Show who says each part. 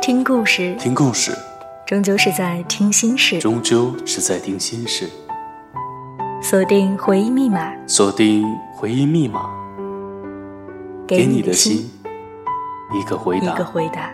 Speaker 1: 听故事，
Speaker 2: 听故事，
Speaker 1: 终究是在听心事。
Speaker 2: 终究是在听心事。
Speaker 1: 锁定回忆密码，
Speaker 2: 锁定回忆密码，给
Speaker 1: 你
Speaker 2: 你的心一个回
Speaker 1: 一
Speaker 2: 答
Speaker 1: 个。回答。